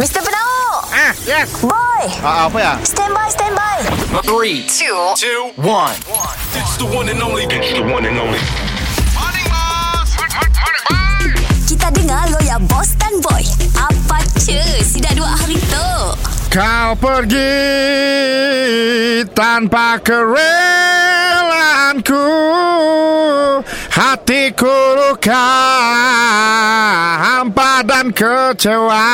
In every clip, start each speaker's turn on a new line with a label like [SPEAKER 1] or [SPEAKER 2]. [SPEAKER 1] Mr. Penau
[SPEAKER 2] Ah, yes.
[SPEAKER 1] Boy
[SPEAKER 2] Ah, ah, apa ya?
[SPEAKER 1] Stand by, stand by
[SPEAKER 3] Three, two, two, one.
[SPEAKER 4] It's the one and only. It's the one and only.
[SPEAKER 1] Kita dengar lo ya Boss dan Boy Apa cu Si dah dua hari tu
[SPEAKER 2] Kau pergi tanpa kerelaanku Hatiku luka hampa dan kecewa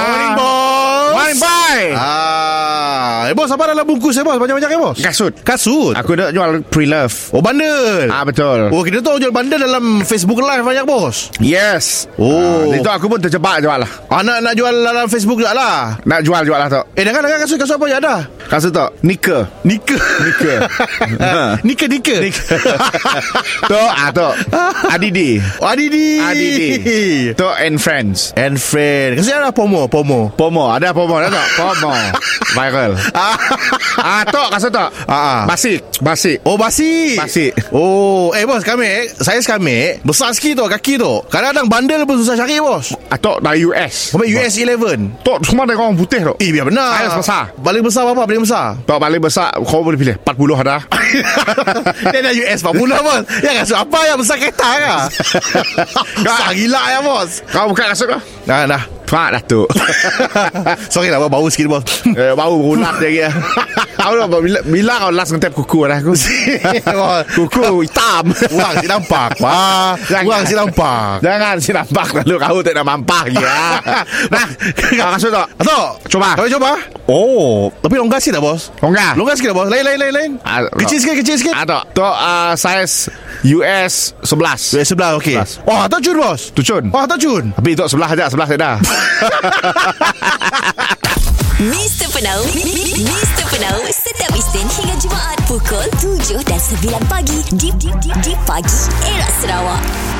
[SPEAKER 5] Morning, boss.
[SPEAKER 2] Ah. Morning boy
[SPEAKER 5] Ah, eh bos apa dalam bungkus eh bos? Banyak-banyak eh bos?
[SPEAKER 2] Kasut
[SPEAKER 5] Kasut.
[SPEAKER 2] Aku nak jual pre-love
[SPEAKER 5] Oh bandel.
[SPEAKER 2] Ah betul
[SPEAKER 5] Oh kita tahu jual bandel dalam Facebook live banyak bos.
[SPEAKER 2] Yes
[SPEAKER 5] Oh.
[SPEAKER 2] ah, Itu aku pun terjebak jual lah
[SPEAKER 5] Anak nak jual dalam Facebook juga lah.
[SPEAKER 2] Nak jual-jual lah tok
[SPEAKER 5] Eh dengar dengar kasut kasut apa yang ada?
[SPEAKER 2] Kasut tok Nika
[SPEAKER 5] Nika.
[SPEAKER 2] Nika Ha.
[SPEAKER 5] Nika Nika.
[SPEAKER 2] Tok ah tok Adidi
[SPEAKER 5] Adidi.
[SPEAKER 2] Adidi Tok and friends
[SPEAKER 5] And friend. Kasih ada pomo pomo.
[SPEAKER 2] Pomo Ada pomo Ada tak Pomo Viral Ah tok kasut tok
[SPEAKER 5] Ah, ah.
[SPEAKER 2] Basik Basik
[SPEAKER 5] Oh basi
[SPEAKER 2] Basi.
[SPEAKER 5] Oh Eh bos kami eh, Saya sekarang Besar sikit tu kaki tu Kadang-kadang bandel pun susah cari bos
[SPEAKER 2] Ah tok dari US
[SPEAKER 5] Sampai US 11
[SPEAKER 2] Tok semua dari orang putih tok
[SPEAKER 5] Eh biar benar
[SPEAKER 2] Saya besar.
[SPEAKER 5] Paling besar apa Paling besar
[SPEAKER 2] Tok paling besar Kau boleh pilih 40 ada
[SPEAKER 5] Dia dah US 40 bos Ya kasut apa yang besar kereta kah Besar gila ya bos
[SPEAKER 2] Kau buka kasut kau
[SPEAKER 5] Nah nah
[SPEAKER 2] Pak dah tu
[SPEAKER 5] Sorry lah bos Bau sikit bos
[SPEAKER 2] Eh, bau berulat lagi ya. Tahu tak bila, bila kau last ngentip kuku dah aku. kuku hitam.
[SPEAKER 5] Uang si nampak Wah
[SPEAKER 2] Jangan.
[SPEAKER 5] Uang si nampak
[SPEAKER 2] Jangan si nampak lalu kau tak nak mampah ya. nah, kau kasut tak?
[SPEAKER 5] Atok
[SPEAKER 2] Cuba.
[SPEAKER 5] Kau cuba Oh Tapi longgar sikit tak bos
[SPEAKER 2] Kau enggak?
[SPEAKER 5] Longgar sikit tak bos Lain lain lain lain
[SPEAKER 2] Ah,
[SPEAKER 5] Kecil sikit kecil sikit
[SPEAKER 2] Ah, tak. Tu uh, saiz US 11.
[SPEAKER 5] US sebelah okey
[SPEAKER 2] Sebelas.
[SPEAKER 5] Oh Atok cun bos
[SPEAKER 2] Tucun.
[SPEAKER 5] Oh Atok cun
[SPEAKER 2] Tapi tu sebelah aja, sebelah tak dah.
[SPEAKER 1] Mr. Penau mi- mi- mi- Mr. Penau Setiap Isnin hingga Jumaat Pukul 7 dan 9 pagi Di, di, di, di pagi Era Sarawak